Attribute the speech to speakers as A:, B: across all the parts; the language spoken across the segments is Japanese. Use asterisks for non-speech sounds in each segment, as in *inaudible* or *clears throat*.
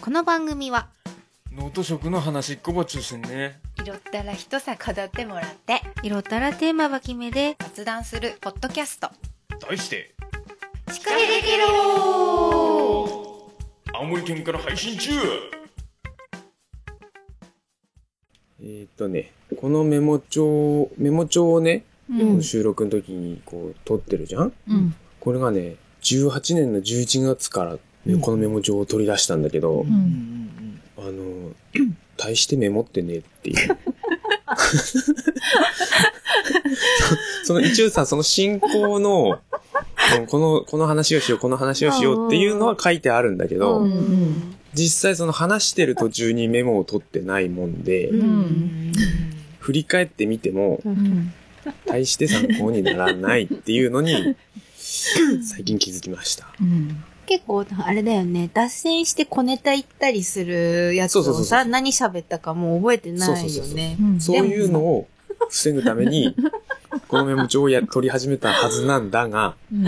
A: この番組は
B: ノート食の話っこば中心ね
C: 色ったら一さ飾ってもらって
A: 色ったらテーマは決めで
C: 雑談するポッドキャスト
B: 題して
A: 仕掛けできる
B: 青森県から配信中
D: えーっとね、このメモ帳、メモ帳をね、
A: うん
D: 収録の時にこう撮ってるじゃん
A: うん
D: これがね、18年の11月からね、
E: うん
D: このメモ帳を取り出したんだけど、
E: う
A: うん
E: うんん
D: あの、大してメモってねっていう。 *laughs* そその一応さ、その進行の、そのこの、この話をしよう、この話をしようっていうのは書いてあるんだけど、
E: うん
D: 実際その話してる途中にメモを取ってないもんで、
A: うん
D: 振り返ってみても、
E: うん
D: 対して参考にならないっていうのに、最近気づきました。
E: うん
F: 結構、あれだよね。脱線して小ネタ言ったりするやつをさ、
D: そうそうそうそう
F: 何喋ったかもう覚えてないよね。
D: そうそうそうそう
E: うん
D: そういうのを防ぐために、このメモ帳をや取り始めたはずなんだが、
E: うん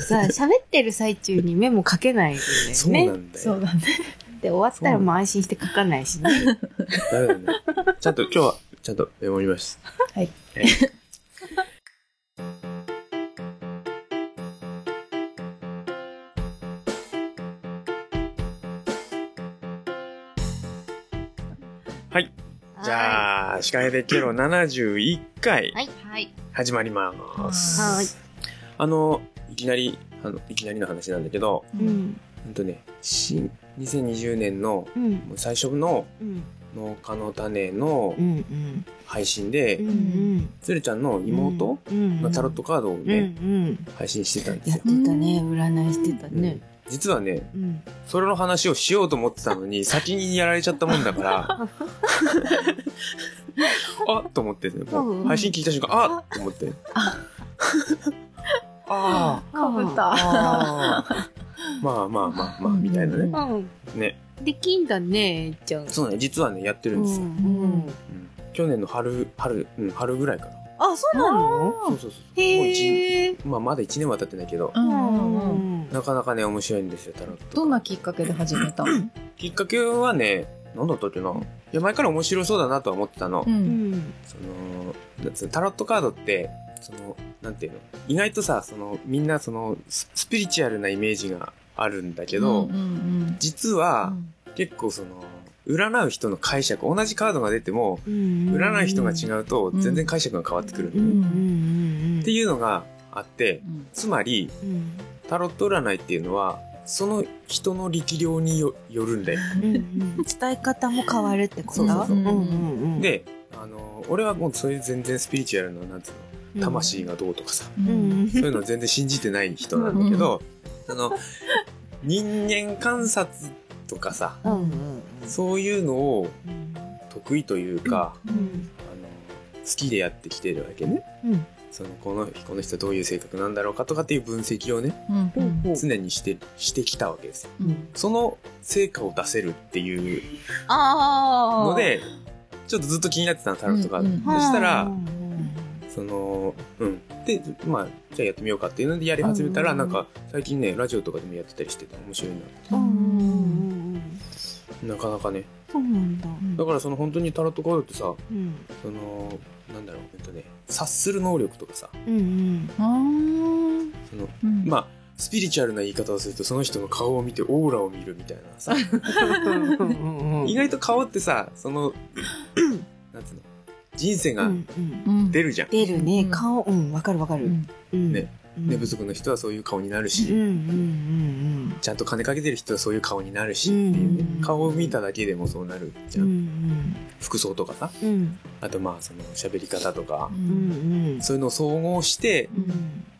F: さ、喋ってる最中にメモ書けないんだよね。
D: そうなんだ
E: そう
D: よ。
E: だね
F: で、終わったらもう安心して書かないしね。
D: だよね。ちゃんと今日は、ちゃんとメモります。
E: はい
D: はい。じ
F: あ。
D: ゃあ、司会でケロ71回
F: はい。はい。
D: 始まります。
F: はーい。
D: あの、いきなり、あの、いきなりの話なんだけど、
F: うん。
D: ほんとね、新、2020年の
F: うん。
D: もう最初の
F: うん。
D: 農家の種の
F: うん。うん。
D: 配信で、
F: うん。うん。
D: つるちゃんの妹
F: うん。
D: のタロットカードを
F: うん。う
D: ね、
F: ん。
D: 配信してたんで
F: や
D: す
F: っ
D: よ
F: て。たね。占いしてたね。
D: 実はね、
F: うん。
D: それの話をしようと思ってたのに、先にやられちゃったもんだから、あっと思って、ね、もう配信聞いた瞬間、あっと思って。あ
E: かぶっ
D: あ、
E: た
D: ああ、まあまあまあまあ、みたいなね。
F: うん。
D: ね、
F: できんだね、えっちゃん。
D: そうね、実はね、やってるんですよ。うん去年の春、春、うん、春ぐらいかな。
F: あ、そうなの
D: そうそうそう。もう一
F: へえ。
D: まあ、まだ1年は経ってないけど、
E: う
F: うん
E: うんうん
F: ん。
D: なかなかね、面白いんですよ、タロット。
E: どんなきっかけで始めたの
D: きっかけはね、なんだったっけな。いや、前から面白そうだなとは思ってたの。
E: う
F: うんん。
D: その、だそのタロットカードって、その、なんていうの意外とさ、その、みんなその、ススピリチュアルなイメージがあるんだけど、
E: うんうん
D: 実
E: う
D: は、
E: ん
D: 結構その、占う人の解釈、同じカードが出ても、
F: 占
D: 占う人が違
F: う。
D: うと、全然解釈が変わってくる、
F: うんうんうんうん。
D: っていうのがあって、
E: うん
D: つまり、
F: うん
D: タロット占いっていうのは、その人の力量によよるんだよ。
F: うんうん伝え方も変わるってこ
D: そ
F: と
D: うそうそうん
F: うんうん、
D: で、あの、俺はもうそういう全然スピリチュアルな、なんつうの、魂がどうとかさ、
F: うんうん
D: そういうの全然信じてない人なんだけど、あの、人間観察とかさ、
F: うんうん
D: そういうのを
F: うん
D: 得意というか、
E: う
F: うんん
D: あの、好きでやってきてるわけね。
F: うん
D: その、この、この人どういう性格なんだろうかとかっていう分析をね、
E: うんうん
D: 常にして、してきたわけですよ。
E: うん
D: その成果を出せるっていう
F: あー
D: ので、ちょっとずっと気になってたの、タロットが。
E: うんうん
D: そした
F: う
D: ら、
F: んうん
D: その、うん。で、まあ、じゃあやってみようかっていうのでやり始めたら、
F: うん
D: なんか、最近ね、ラジオとかでもやってたりしてて、面白いな
F: うんうんうん
D: なかなかね。
F: そうなんだ、
D: だからその本当にタロットカードってさ、
F: うん、
D: その、なんだろう、えっとね、察する能力とかさ、
F: うん
E: あー
D: その、
E: うん
D: まあ、スピリチュアルな言い方をすると、その人の顔を見てオーラを見るみたいな
F: *laughs*
D: さ、
F: うん
D: 意外と顔ってさ、その、 *clears throat* なんつうの、人生
F: う
D: が
F: んうん
E: うん
D: 出るじゃん。
F: 出るね、
E: うん
F: 顔うんわかるわか
E: う
F: る、
E: ん
F: うん
D: ね
F: うん
D: 寝不足の人はそういう顔になる
F: うんうん
D: し、
F: うん
D: ちゃんと金かけてる人はそういう顔になるし、
F: うん
D: っていうね
E: うん
D: 顔を見ただけでもそうなるじ
F: う
D: ゃ
F: ん
D: ん。服装とかさ、
F: うんうん
D: あとまあ、その喋り方とか、
F: うんうん
D: そういうのを総合して、
F: うん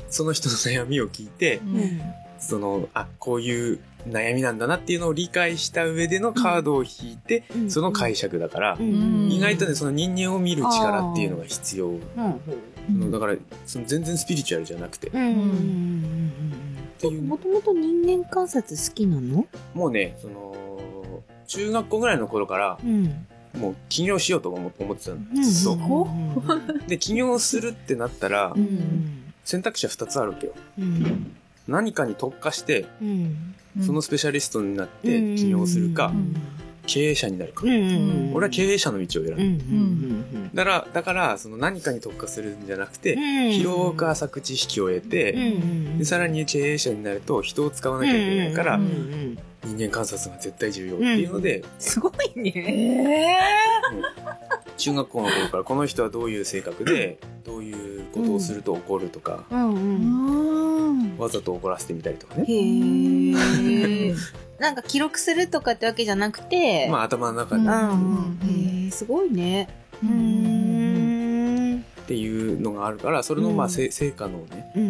D: その人の悩みを聞いて、
E: うん
D: その、あ、こういう悩みなんだなっていうのを理解した上でのカードを引いて、
F: うん
D: その解釈だから、
E: うん
D: 意外とね、その人間を見る力っていうのが必要。
F: うん
D: そのだから、その全然スピリチュアルじゃなくて、っ
F: うん
E: うん
D: ていう、
F: もともと人間観察好きなの
D: もうね、その、中学校ぐらいの頃から、
F: うん
D: もう起業しようと思思ってたの。
F: うん
D: ずっ
F: う
D: と。
F: ん
D: で、起業するってなったら
F: う、ん
D: 選択肢は2つあるわけよ。
F: うん
D: 何かに特化して
F: うん。
D: そのスペシャリストになって
F: うん
D: 起業するか、
E: う
F: うん
D: 経営者になるか、
F: うんうん。
D: 俺は経営者の道を選ぶ、
F: うんうん
D: だからだからその何かに特化するんじゃなくて、
F: うん。
D: 広く浅口意識を得て、
F: うんうん。
D: でさらに経営者になると人を使わなきゃいけないから、
F: うんうん
D: 人間観察が絶対重要っていうので、
F: すごいね。
E: え
D: 中学校の頃からこの人はどういう性格でどういうことをすると怒るとか、
F: うんう
E: ー
F: ん。
D: わざと怒らせてみたりとかね、
F: へえ。なんか記録するとかってわけじゃなくて。
D: まあ頭の中で
E: あ
F: うんうん。へえ、すごいね。
E: う
F: うんん。
D: っていうのがあるからそれのまあせ成果のね
F: うんう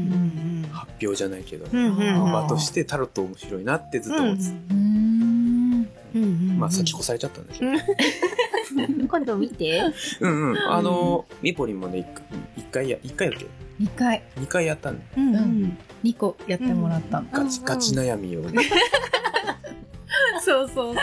F: ん
D: 発表じゃないけど、
F: うん。うんうん。
D: 場としてタロット面白いなってずっと思ってた、
E: うん
F: うんうん。
D: まあ先越されちゃったんだけど、
F: 今度見て。
D: うんうんあのミポリンもね一回や一回やっけ
E: 2回
D: 二回やったんだ
F: うん
E: うん。2個やってもらったの
D: ガチガチ悩みをね、
E: そうそうそう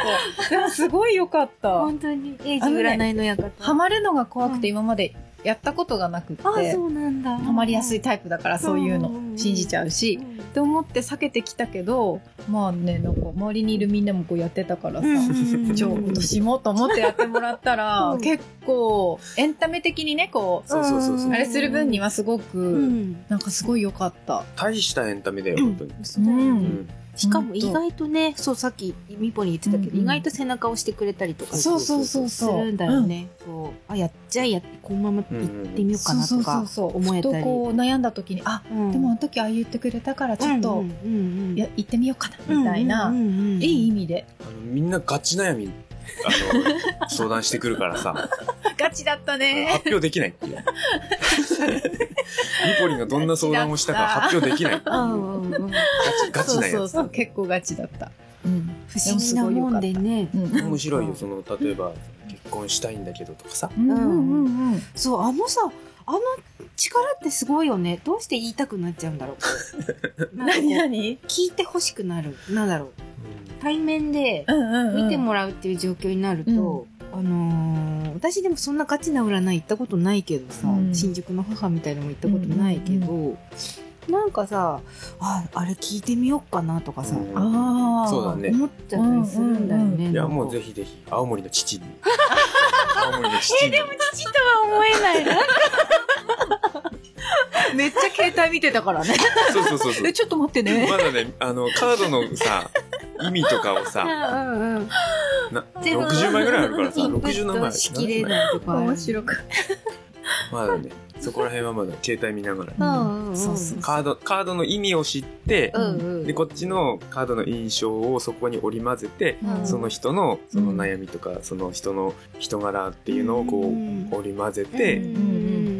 E: でもすごい良かった
F: 本当に。エイジ占いの館。
E: ハマるのが怖くて今までやったことがなくって
F: あ、そ
E: ハ
F: うなんだ。
E: マりやすいタイプだからそういう
F: うんうんう
E: の
F: ん
E: 信じちゃうしって思って避けてきたけどまあねなんか周りにいるみんなもこうやってたからさ
F: うん。
E: 超今年もと思ってやってもらったら
F: うん
E: 結構エンタメ的にねこ
D: そうそうそうそう
E: うあれする分にはすご
F: う
E: く
F: ん。
E: なんかすごい良かった
D: 大したエンタメだよ
F: うん
D: 本当に、
F: そうだよね
E: う
D: うんん
F: しかも意外とね、そうさっきミポに言ってたけ
E: う
F: ど、
E: んうん
F: 意外と背中を押してくれたりとか
E: そうそうそう
F: す
E: そう
F: るんだよね。こう、あ、やっちゃいや、このまま行ってみようかなとか
E: そうそうそうそう
F: 思えた
E: ふと
F: り。
E: こう悩んだ時にあ
F: うん
E: でもあの時ああ言ってくれたからちょっ
F: う
E: と
F: んうんうん
E: や行ってみようかなみたいな、
F: うんうんうんうん
E: いい意味で
D: あのみんなガチ悩みあの相談してくるからさ
E: ガチだった
D: 発表できないっていう。ミポリンがどんな相談をしたか発表できない。ガ
F: うんうんうん
D: チ、ガチな
E: *laughs* そうそ
D: や
E: う
D: つ。
E: そう結構ガチだった、うん
F: 不思議なもんでね。
E: うん
D: 面白いよ、その、例えば、結婚したいんだけどとかさ。
E: うんうんうん
F: そう、あのさ、あの力ってすごいよね。どうして言いたくなっちゃうんだろう。
E: *laughs*
F: なんかこう
E: 何何
F: 聞いて欲しくなる。なんだろう。対面で
E: うんうんうん
F: 見てもらうっていう状況になると、あのー私でもそんなガチな占い行ったことないけどさ、
E: うん
F: 新宿の母みたいのも行ったことないけど、なんかさああれ聞いてみようかなとかさ、
D: うん
E: ああ
D: そうだね。
F: 思っちゃったりするんだよね。
E: うんうん
D: いや、もうぜひぜひ、青森の父
F: *laughs*
D: に。青森の父に。
F: 父とは思えないな。 *laughs* めっちゃ携帯見てたからね。
D: そうそうそうそう。
F: ちょっと待って。
D: まだね、あの、カードのさ、意味とかを
F: う
D: さ、
F: んうんうん。
D: な
F: 全部
D: 60枚ぐらいあるからさ、
F: インプ
D: 60
F: ッ
D: 何枚
F: トしきれないとかある。
E: 面白く
D: まだね、そこら辺はまだ携帯見ながら。
F: うんうんうん。
E: そうそう
D: カード、カードの意味を知って
F: う、んうん。
D: でこっちのカードの印象をそこに織り交ぜて、
F: うん
D: その人のその
E: うん
D: 悩みとか、その人の人柄っていうのをこう、
F: うん
D: 織り交ぜ
F: うん
D: て、
F: うんうん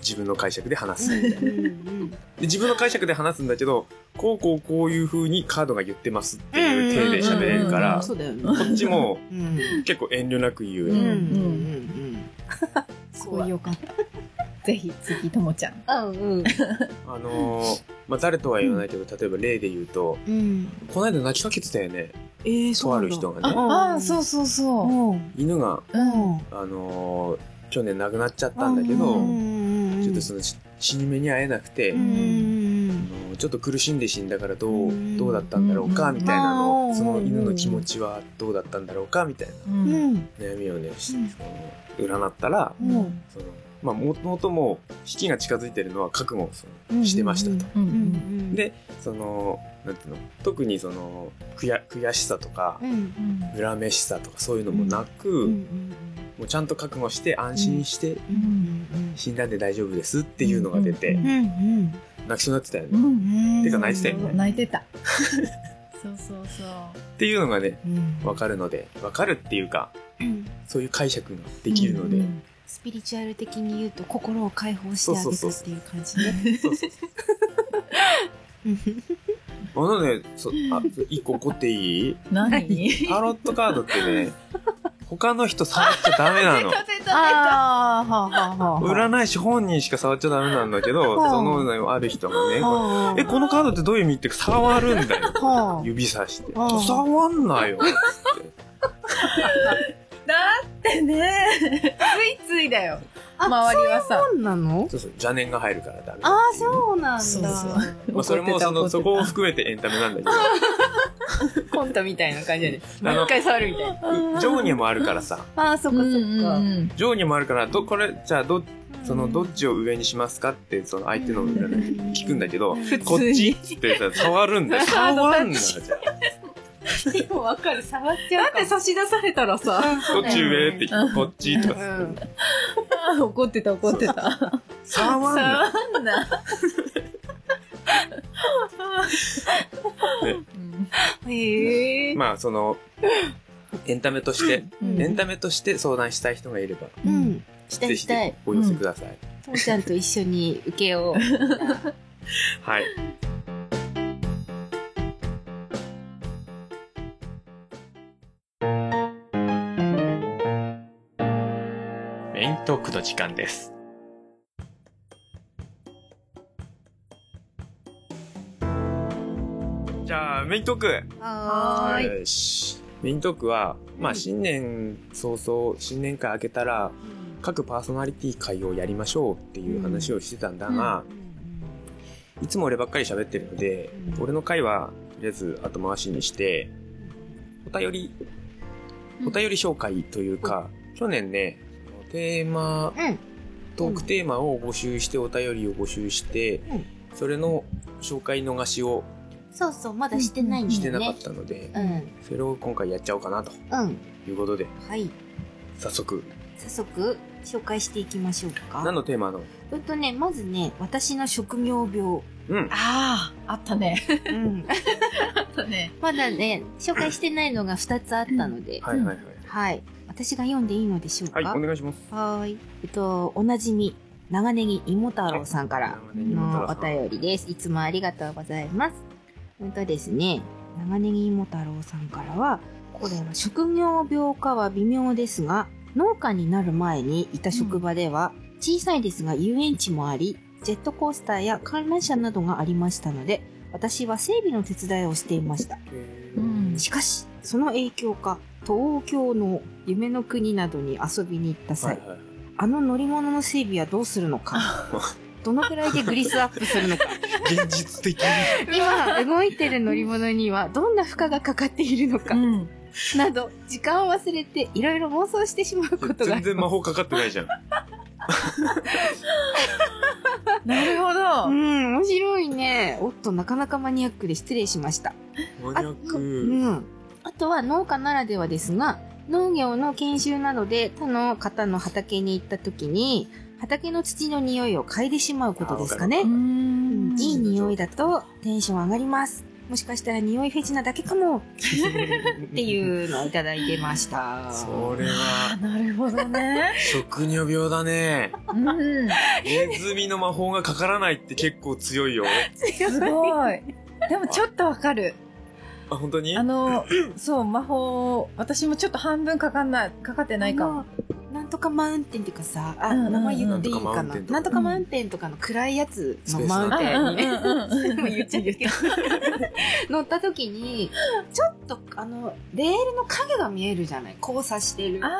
D: 自分の解釈で話
F: う
D: す
F: ん
D: みたいな、で
F: うんうん
D: 自分の解釈で話すんだけどこうこうこういう風にカードが言ってますっていう体で喋れるから、
E: うん
F: そうだよね。
D: こっちも
F: うん
D: 結構遠慮なく言う、
E: う
F: うんんうん
E: すごいよかったぜひ次ともちゃん
F: うんうん
D: あのーまあ、誰とは言わないけど例えば例で言うと
F: うん。
D: この間泣きかけてたよね
F: えーそうなんだ
D: とある人がね
E: ああそうそうそううん
D: 犬が、
E: うん
D: あのー去年亡くなっちゃったんだけ
F: う
D: ど、
F: んうんうん
D: ちょっとそのし死に目に会えなくて、
F: うんうんうん
D: あのちょっと苦しんで死んだからどう,、
F: うん
D: どうだったんだろうか
E: うん
D: みたいなのを、
F: あー
D: その犬
F: う
D: の
F: ん
D: 気持ちはどうだったんだろうかみたいな
E: う
F: うんん
D: 悩みをね、し
F: うん
D: その占ったら、
E: う
F: うんん
D: そのまあもともともう危機が近づいてるのは覚悟をその
F: うん
D: してましたと。
F: う
E: う
F: んん
D: でそのなんていうの特にその悔悔しさとか
F: う、ん
E: うん
D: 恨めしさとかそういうのもなく、
F: うん
D: もうちゃんと覚悟して安心して、
F: うんうん
D: 死んだんで大丈夫ですっていうのが出て、
E: う
F: うんうんうん
D: 泣きそうになってたよね、
E: う
D: っ
F: うん
D: てか泣いてたよね
E: 泣い
F: *laughs*
E: てたそうそうそう
D: ていうのがね
F: うん
D: 分かるので分かるっていうか
F: うん
D: そういう解釈ができるので、
E: うんうん
F: スピリチュアル的に言うと心を解放してあげたっていう感じね。
D: そうそうあのねそあ一個怒って
F: *laughs*
D: いい
E: 何
D: タロットカードってね他の人触っちゃダメ
F: *laughs*
D: なの
F: ああ、はあはあは
D: 占い師本人しか触っちゃダメなんだけど
F: うん
D: そのねある人もねこ
F: あ。
D: れえこのカードってどういう意味って触るんだよ
F: は
D: 指さして
F: うん
D: 触んなよ
E: だってね、ついついだよ。
F: あ。
E: 周りはさ
F: そうなの
D: そうそう邪念が入るからダメ
F: ああそうなんだ
E: そうそう
D: まあ、それもそのそこを含めてエンタメなんだけど
F: コントみた *laughs* いな感じで
D: あの
F: 一回触るみたいな
D: 上下もあるからさ
F: ああそっかそっか、
E: うん
D: 上下もあるからどこれじゃあどそのどっちを上にしますかってその相手の占いで聞くんだけどこっちってさ触るんだよ触るんだよじゃあ
F: でもわかる触っち
E: *laughs* だ
F: ゃう
E: っ
F: か
E: て
F: も
E: 差し出された
F: *laughs*
E: らさ
D: こっち上ってこっちとか
F: うん
E: 怒ってた怒ってた
D: 触んな
E: 触んなう
F: *laughs*
E: ん
F: へえ
D: まあそのエンタメとして
E: うん
D: エンタメとして相談したい人がいれば
F: うんした
D: ぜ
F: い
D: ひ
F: したい
D: ぜひお寄せください
F: 父ちゃんと一緒に受けよう
D: はい
B: メイントークの時間です。
D: じゃあメイントーク
A: は
F: ーい
D: よしメイントークは、まあ、新年早々新年会明けたら各パーソナリティ会をやりましょうっていう話をしてたんだが、いつも俺ばっかり喋ってるので、俺の会はとりあえず後回しにしてお便りお便り紹介というか、去年ねテーマ、
F: うん
D: トークテーマを募集してお便りを募集して、
F: ん
D: それの紹介逃しを
F: そうそうまだしてないんだよね
D: してなかったので、
F: うん
D: それを今回やっちゃおうかなと
F: うん
D: いうことで
F: はい
D: 早速
F: 早速紹介していきましょう
D: 何
F: か
D: のテーマの
F: うんとねまずね私の職業病、
D: うん
E: あああったね
F: うん、
E: あったね
F: まだね紹介してないのが2つあったので、
D: はいはいはい
F: はい私が読んでいいのでしょうか
D: はいお願いします
F: はーいえっとおなじみ長ネギ芋太郎さんからのお便りです。いつもありがとうございます。本当ですね、長ネギ芋太郎さんからは、これは職業病かは微妙ですが、農家になる前にいた職場では、小さいですが遊園地もあり、ジェットコースターや観覧車などがありましたので、私は整備の手伝いをしていました。
E: うん
F: しかし、その影響か、東京の夢の国などに遊びに行った
D: は
F: 際
D: い、はい
F: あの乗り物の整備はどうする
D: *laughs*
F: のかどのくらいでグリスアップするのか
D: 現実的
F: 今動いてる乗り物にはどんな負荷がかかっているのか
E: うん
F: など時間を忘れていろいろ妄想してしまうことがあ
D: 全
F: り
D: 然魔
F: ます
D: 法かかってないじゃん
E: なるほ
F: う
E: ど
F: ん面白いねおっとなかなかマニアックで失礼しました
D: マニアッ
F: う
D: ク
F: んあとは農家ならではですが農業の研修などで他の方の畑に行った時に畑の土の匂いを嗅いでしまうことですかね
E: うん
F: いい匂いだとテンション上がります。もしかしたら匂いフェチなだけかもっ
D: って
F: いうのをいただいてました。
D: それは
E: あなるほどね
D: 職業病だね
E: うん
D: ネズミの魔法がかからないって結構強いよ
E: すごい。でもちょっとわかる。
D: あ本当に
E: あの、そう、魔法、私もちょっと半分かかんない、かかってないかも。
F: あのなんとかマウンテンっていうかさ、あ、
E: うんうんうん
F: 名前言っていいかな。
D: な
F: なん
D: と
F: んと
D: か
F: かマウンテンとかの暗いやつのマウン
E: うん
F: テンにね、
E: うんうん
F: *laughs* もう言っちゃうけど *laughs* 乗った時に、ちょっとあの、レールの影が見えるじゃない交差してる。
E: あ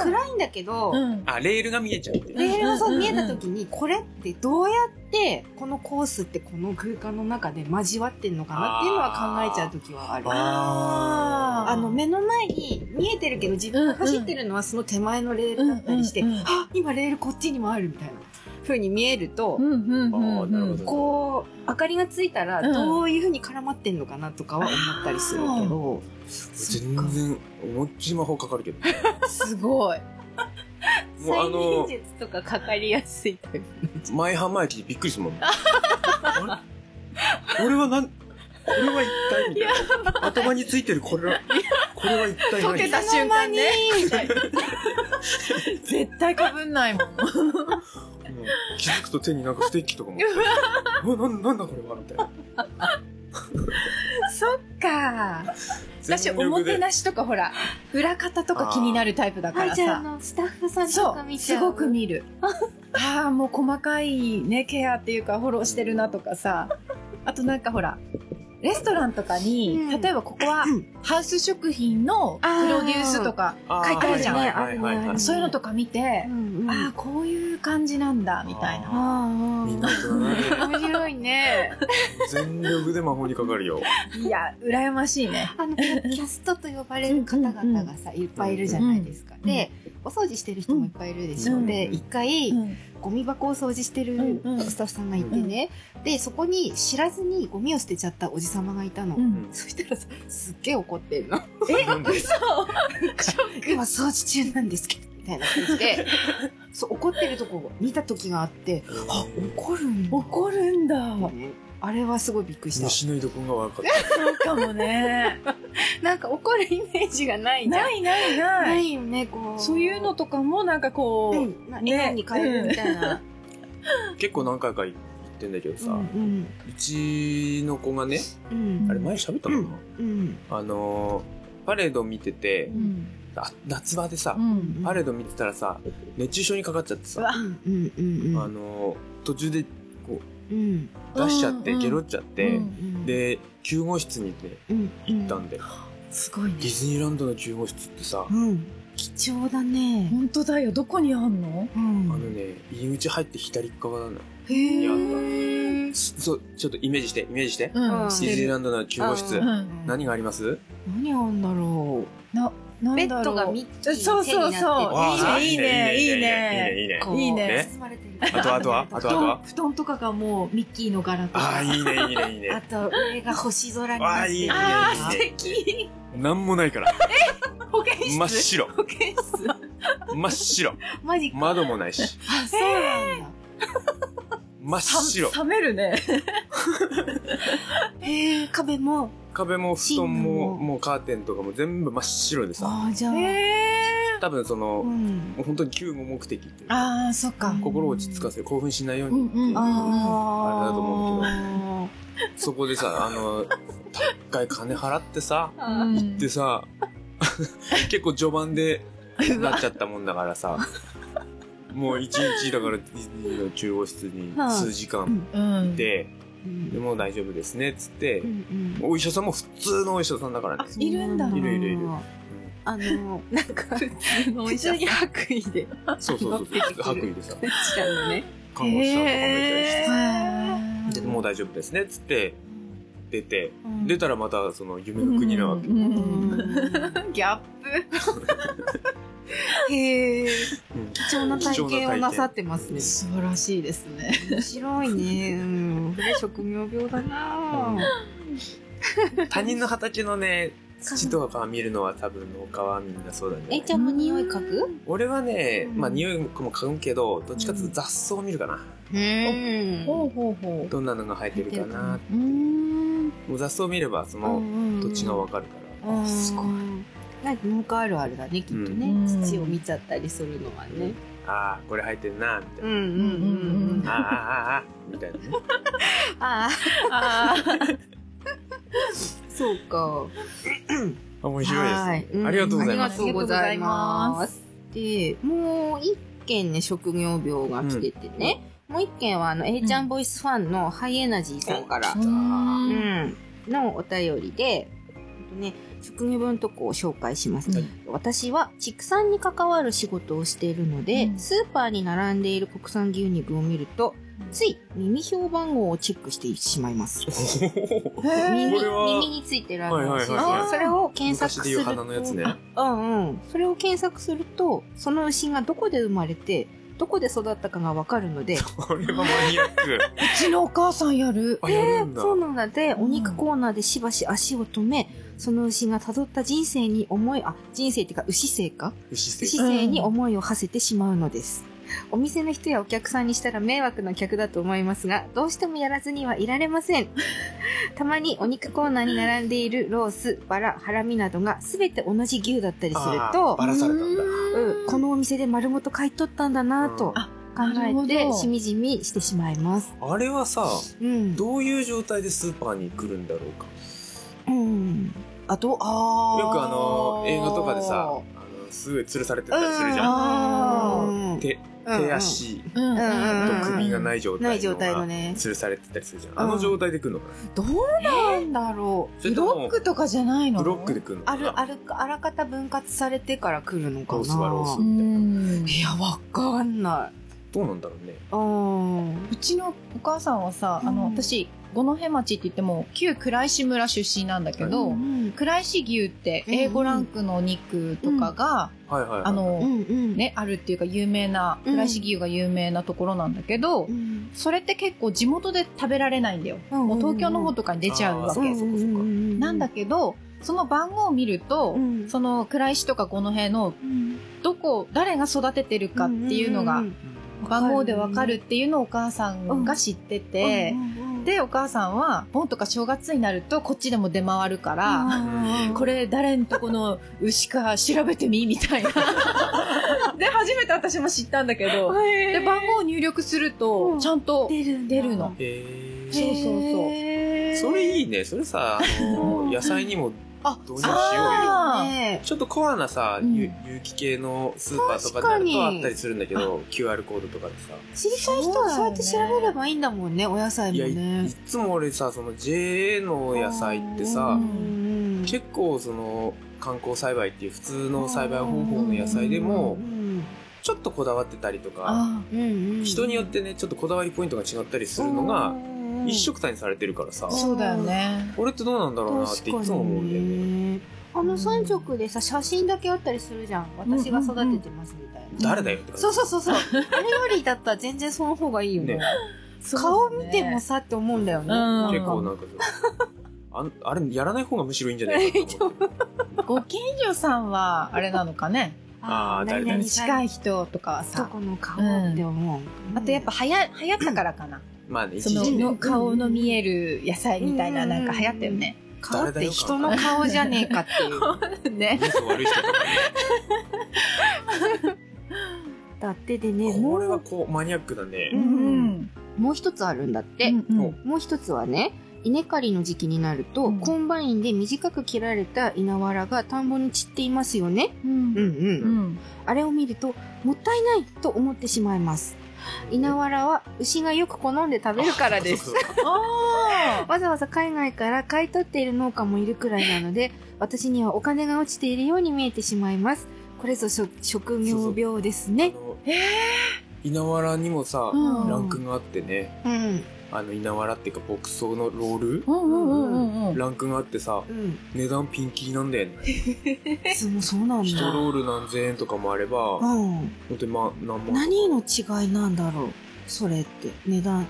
F: 暗いんだけど、
E: あ、うん。
D: あレールが見えちゃうっていう
E: うん
F: レールがそう見えた
E: うん
F: 時に、これってどうやって、このコースってこの空間の中で交わってんのかなっていうのは考えちゃう時はある。
E: あー
F: あの、目の前に見えてるけど自分が走ってるのはその手前のレールだったりして、
E: うんうんうん
F: あ今レールこっちにもあるみたいな風に見えると、
E: うんうん
D: あ
E: うん
D: ー
E: うん。
D: なるほど
F: こう、明かりがついたら
E: うん
F: どういう風に絡まってんのかなとかは思ったりするけど、
D: 全然思いっきり魔法かかるけど
E: すごい。
D: もうあの
F: 術とかかかりやすいタイ
D: 前浜駅でびっくりしたも
E: *laughs*
D: んあれ俺はなんこれは一体みたいな頭についてるこれはこれは一体
E: 溶けた
D: 何
E: 瞬間
F: *laughs*
E: ね。絶対かぶんないもん。
D: うん気づくと手になんかステッキとかもうわなんなんだこれはみたいな
E: そっか。私、
D: 全
E: おも
D: 力
E: て
D: で
E: なしとかほら、裏方とか気になるタイプだか
F: プ。
E: ら
F: あ、じゃああ
E: さ。
F: の、スタッフさん
E: そ
F: とか見
E: う、
F: ち
E: す
F: ゃう。
E: ごく見る。 *laughs* ああ、もう細かいね、ケアっていうか、フォローしてるなとかさ。あとなんかほら、レストランとかに、
F: うん
E: 例えばここは
F: うん
E: ハウス食品のプロデュースとか、
D: あー
E: 書いてあるじゃん
D: はいはいはいはい
F: あるねあるね
E: そういうのとか見て
F: う、んうん
E: ああ、こういう考感じなんだみたいな
F: あ
D: みんな大人だね
F: あ、面白いね。
D: 全力で魔法にかかるよ。
E: いや羨ましいね
F: *laughs* あの、キャストと呼ばれる方々がさ、いっぱいいるじゃないですか。で、お掃除してる人もいっぱいいるでしょ。
E: うん
F: で、一回、
E: うん
F: ゴミ箱を掃除してる
E: うんうん
F: スタッフさんがいてね、でそこに知らずにゴミを捨てちゃったおじさまがいたの、
E: うん
F: そしたらさすっげえ怒ってんの
D: なんで
F: 今掃除中なんですけどみたいな感じでそう怒ってるとこを見た時があってあ怒るんだ
E: 怒るんだ
F: ってねあれはすごいびっくりした
D: 虫のいどこが悪かった。
E: そうかもね
F: なんか怒るイメージがないじゃん
E: *laughs* ないないない
F: よねこう
E: そういうのとかもなんか
F: う
E: こ
F: んな笑顔に変えるみたいな、
D: 結構何回か言ってんだけどさ、う
F: うん
D: ちの子がね、
F: うん
D: あれ前喋ったのかな、
F: うん
D: あのーパレード見てて、
F: うん
D: あ夏場でさ
E: う、うん
D: パレード見てたらさ、熱中症にかかっちゃってさ、
E: うわ
F: うんうん
D: あのー途中でこ
F: うん
D: う出しちゃっ
E: うん
D: て、
E: うん
D: ゲロっちゃって、
E: うん
D: で、救護室にね、
F: うん
D: 行ったんで、
F: すごい
D: ディズニーランドの救護室ってさ、
F: うん、貴重だね。
E: 本当だよどこにあんの
D: あ
F: う
D: の
F: ん、
D: ね、入り口入って左側なの。
E: へ
D: にあっ
E: え
D: たすそう、ちょっとイメージして、イメージして。デ
E: うん
F: うん
D: ィズニーランドの救護室
F: う。
E: うん
D: 何があります
F: 何あんだろ
E: なんだろう
F: ベッドがミッキー
E: そうそう
D: わ
E: そ
D: あ
E: ういいねいいねいいね
D: いいねいいねいいねいいね
F: う。
E: いいね
D: ね
F: 包まれてる
D: あとあとはあと
E: 布
D: は
E: 団布団とかがもうミッキーの柄と
D: ああ、
E: か
D: いいね、いいね、いい
F: あ
D: ね。
F: と上が星空に
D: あ
F: なっ
D: あ、
F: て
D: いいね、いいね。
F: る
E: 素敵
D: なんもない
E: *laughs*
D: から。
E: 保健室
D: 真っ白。
E: 保健室
D: 真っ白。
F: マジか。
D: 窓もない
F: *laughs*
D: し。
F: あ、そうなん
D: 真っ白。
E: 冷めるね
F: だ。へえ、壁も。
D: 壁も布団
F: シー
D: も、
F: ンも
D: もうカーテンとかも全部真っ白でさ。
F: ああ、じゃあ。
D: 多分その、
F: う
D: も
F: ん。
D: う本当に救護目的っていうか。
E: ああそっか
D: 心を落ち着かせる、興奮しないようにって
E: うん
D: いううんあれだと思うけど。
F: あ
D: そこでさ、あの、高い金払ってさ、
E: うん
D: 行ってさ、 *laughs* 結構序盤でなっちゃったもんだから
F: *laughs*
D: さ、もう一日だからディズニーの中央室に数時間
E: うん
D: いて、
F: ーうん
D: でもう大丈夫ですね、っつって
F: う、んうん
D: お医者さんも普通のお医者さんだからね。
E: いるんだ
D: いるいるいる
F: あの、なんか、普
E: 普
F: 通に白衣で。
D: そうそうそうそう、白衣でさ、
F: ちゃうの *laughs* ね。
D: 看護師さんとかもいたりして
F: へ
D: で、
E: へ
D: もう大丈夫ですね、っつって出て、
F: うん
D: 出たらまたその夢の国なわけ。
E: うん
F: う
E: うん
F: ん
E: うんギャッ
F: へえ。
D: うん
F: 貴重な体験をなさってますね
E: プ。素晴らしいですね
F: 面白いね。うん。これ職業病だな。
D: 他人の畑のね、土とか見るのは多分農家はみんなそうだ
F: え
D: ね
F: ち。ゃんも匂い嗅ぐ？
D: 俺はね、
F: うん
D: まあ匂いも嗅ぐけど、どっちかっていうと雑草を見るかな。
F: うん
E: ほうほうほ
D: どんなのが生えてるかな。
E: ううん
D: もう雑草を見ればその土地がわかるから。
F: あすごい。なんか農家あるあるだねきっとね、
E: うん
F: 土を見ちゃったりするのはね。
D: ああ、これ生えてんな、みたいな。
F: ん
E: うんうん
D: ああああああ、みたいなね。
F: ああ
E: あー
F: そうか。
D: あ面白いです
F: は
D: ね。ありがとうございます
F: ありがとうございます。で、もう一件ね、職業病が来ててね。もう一件は、あの、A ちゃんボイスファンのハイエナジーさんから、
E: う
F: うんん、のお便りで、ほんとね、職業病のとこを紹介します。
D: はい
F: 私は畜産に関わる仕事をしているので、
E: うん
F: スーパーに並んでいる国産牛肉を見ると、つい耳標番号をチェックしてしまいます。
E: へー
F: 耳
D: これは
F: 耳についてるあの、
D: はいはいはい
E: はい
F: それを検
D: 昔
F: 索
D: です言う
F: ると
D: 花のやつね。 *laughs*
F: うんうんそれを検索するとその牛がどこで生まれてどこで育ったかがわかるので
D: これはマニアッ
F: *laughs*
D: ク。
E: うちのお母さんやる
D: あ、やるんだ。
F: そうなので
E: うん
F: お肉コーナーでしばし足を止めその牛が辿った人生に思いあ人生っていうか牛生か
D: 牛ステー
F: 牛
D: キ。
F: 生に思いを馳せてしまうのです、お店の人やお客さんにしたら迷惑な客だと思いますがどうしてもやらずにはいられませんたまにお肉コーナーに並んでいるロースバラハラミなどが全て同じ牛だったりする
D: あー
F: と
D: バラされたんだ。
F: うんこのお店で丸ごと買い取ったんだな
D: う
F: と
D: ん
F: 考
E: なるほ
F: えて
E: ど
F: しみじみしてしまいます。
D: あれはさ、
F: うん。
D: どういう状態でスーパーに来るんだろうか。
F: うん。あと、あー
D: よくあの、映画とかでさ、あのすごい吊るされてたりするじゃん。
E: ゃん
F: うん
D: 手、手、足
E: うん
D: と
F: うん
D: 首がない状態のが
F: ない状態のね
D: 吊るされてたりするじゃん。あの状態で来るのか
F: どうなんだろう。
D: それ
E: ブ
D: とも
E: ロックとかじゃない
D: な
E: の
D: ブロックで来るのか
F: あ
D: な
F: る、ある、あらかた分割されてから来るのかな。
D: ロースはロース
E: うん
F: いや、わかんない。
D: どうなんだろうね。
F: あー
E: うちのお母さんはさ、あの、
F: うん
E: 私、五戸町って言っても、旧倉石村出身なんだけど、
F: うん
E: 倉石牛って
F: うん
E: A5 ランクのお肉とかが、
D: はいはい、はい。
E: あの、
F: うんうん
E: ね、あるっていうか有名な、
F: うん
E: 倉石牛が有名なところなんだけど、
F: うん
E: それって結構地元で食べられないんだよ。
F: うんうん
E: も
F: うん
E: う東京の方とかに出ちゃうわ
D: あー
E: け。
D: そっかそっか
E: なんだけど、その番号を見ると、
F: うん
E: その倉石とか五戸の
F: うん
E: どこ、誰が育ててるかっていうのが、
F: うんうん
E: 番号でわかるっていうのをお母さんが知ってて、
F: うん
E: で、お母さんは、盆とか正月になるとこっちでも出回るから、
F: あー
E: これ誰んとこの牛か調べてみ
F: *laughs*
E: みたいな。で、初めて私も知ったんだけど、
F: へ
E: で、
F: ー
E: 番号を入力する
F: う
E: と
F: ん、
E: ちゃんと
F: 出るんだ
E: 出るの。
D: え
E: そうそうそう
F: へー
D: それいいね。それさ、あの
F: *laughs* うん
D: 野菜にも
E: あ
D: どうにしようよ
E: あー
F: ね
D: ちょっとコアなさ、
E: うん
D: 有有機系のスーパーとかに
F: 確
D: な
F: か
D: ると
F: に
D: あったりするんだけど、QR コードとかでさ。
F: 知りたい人はそうやって
E: そうだよね
F: 調べればいいんだもんねお野菜
D: いや、
F: も
D: い
F: ね
D: いつも俺さ、その JA の野菜って
F: う
D: さ
F: ん、うんうん
D: 結構その観光栽培っていう普通の栽培方法の野菜でも
F: う、ん
D: ちょっとこだわってたりとか、
E: あ
F: うんうんうん
D: 人によってね、ちょっとこだわりポイントが違ったりするの
F: う
D: が、
F: んうん
D: 一色体にされてるからさ
E: ー、そうだよね。
D: 俺ってどうなんだろうなっていつも思うんだよね。
F: ねあの三色でさ写真だけあったりするじゃん私が育ててますみたいな、
D: 誰だよって感じ。
F: そうそうそうそうあれよりだったら全然その方がいいよね
D: ね
F: 顔見てもさって思うんだよね、
E: うん
D: 結構なんかあんあれやらない方がむしろいいんじゃないかと思って
E: ご近所さんは、あれなのかね。
D: あー誰々
F: 何
E: 近
F: い
E: い人とかは
F: ど
E: さ。
F: この顔って思う、
E: あとやっぱはや、流行ったからかな。
D: まあね
E: そ
D: 一時
E: の
D: ね
E: の顔の見える野菜みたいな、なんか流行ったよね。
F: 顔って人の顔じゃねえかっていう
E: ね。
D: 人相悪い人とか
F: だってでね
D: ねこれ
F: も
D: は
F: う
D: こうマニアックだ
E: う
D: ね
E: ん。
F: もう一つあるんだって、
E: うん
F: もう一つはね稲刈りの時期になると、
E: うん
F: コンバインで短く切られた稲わらが田んぼに散っていますよね、
E: う。
F: うんんうん
E: うん。
F: あれを見るともったいないと思ってしまいます稲わらは牛がよく好んで食べるからです
D: そうそう
E: あ
F: わざわざ海外から買い取っている農家もいるくらいなので私にはお金が落ちているように見えてしまいますこれぞ職職業病です
D: あ
F: ね
D: の
E: ーえ
D: 稲わらにもさ
E: う
F: うん
E: ん。
D: ランクがあってね
F: うん
D: あの稲わらっていうか牧草のロール
E: うんうんうんうん。
D: ランクがあってさ
F: うん
D: 値段ピンキリなんだよね
F: そうそうなん
D: 1
F: だ
D: ロール何千円とかもあれば
F: うん
D: 本当にまあ何万
F: 何の違いなんだろうそれって値段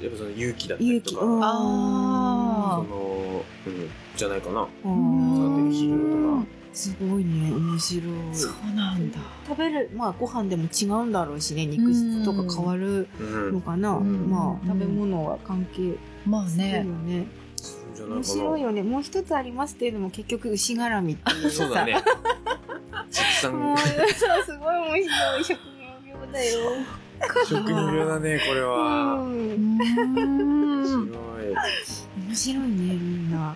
D: やっぱその勇気だった
F: 勇
D: り
F: 気
D: と
F: うん
D: か
E: あ
D: そのうんじゃないかな
F: うん
D: で肥料とか
F: すごいね面白い
E: そうなんだ。
F: 食べるまあご飯でも違うんだろうしね肉質とか変わる
D: うん
F: のかな、
E: うん
F: まあ
E: うん
F: 食べ物は関係
E: まあ
F: するよ
E: ね。
F: ね
D: そうじゃない
F: 面
D: か
F: 白
D: ない
F: よねもう一つありますっていうのも結局牛絡みっていう
D: そうだね。
F: *laughs*
D: 畜産
F: もうそうすごい面白い職業病だよ
D: 職人病だねこれ
F: う
D: は。
E: うんん。
D: 白い。
F: 面白いねみんな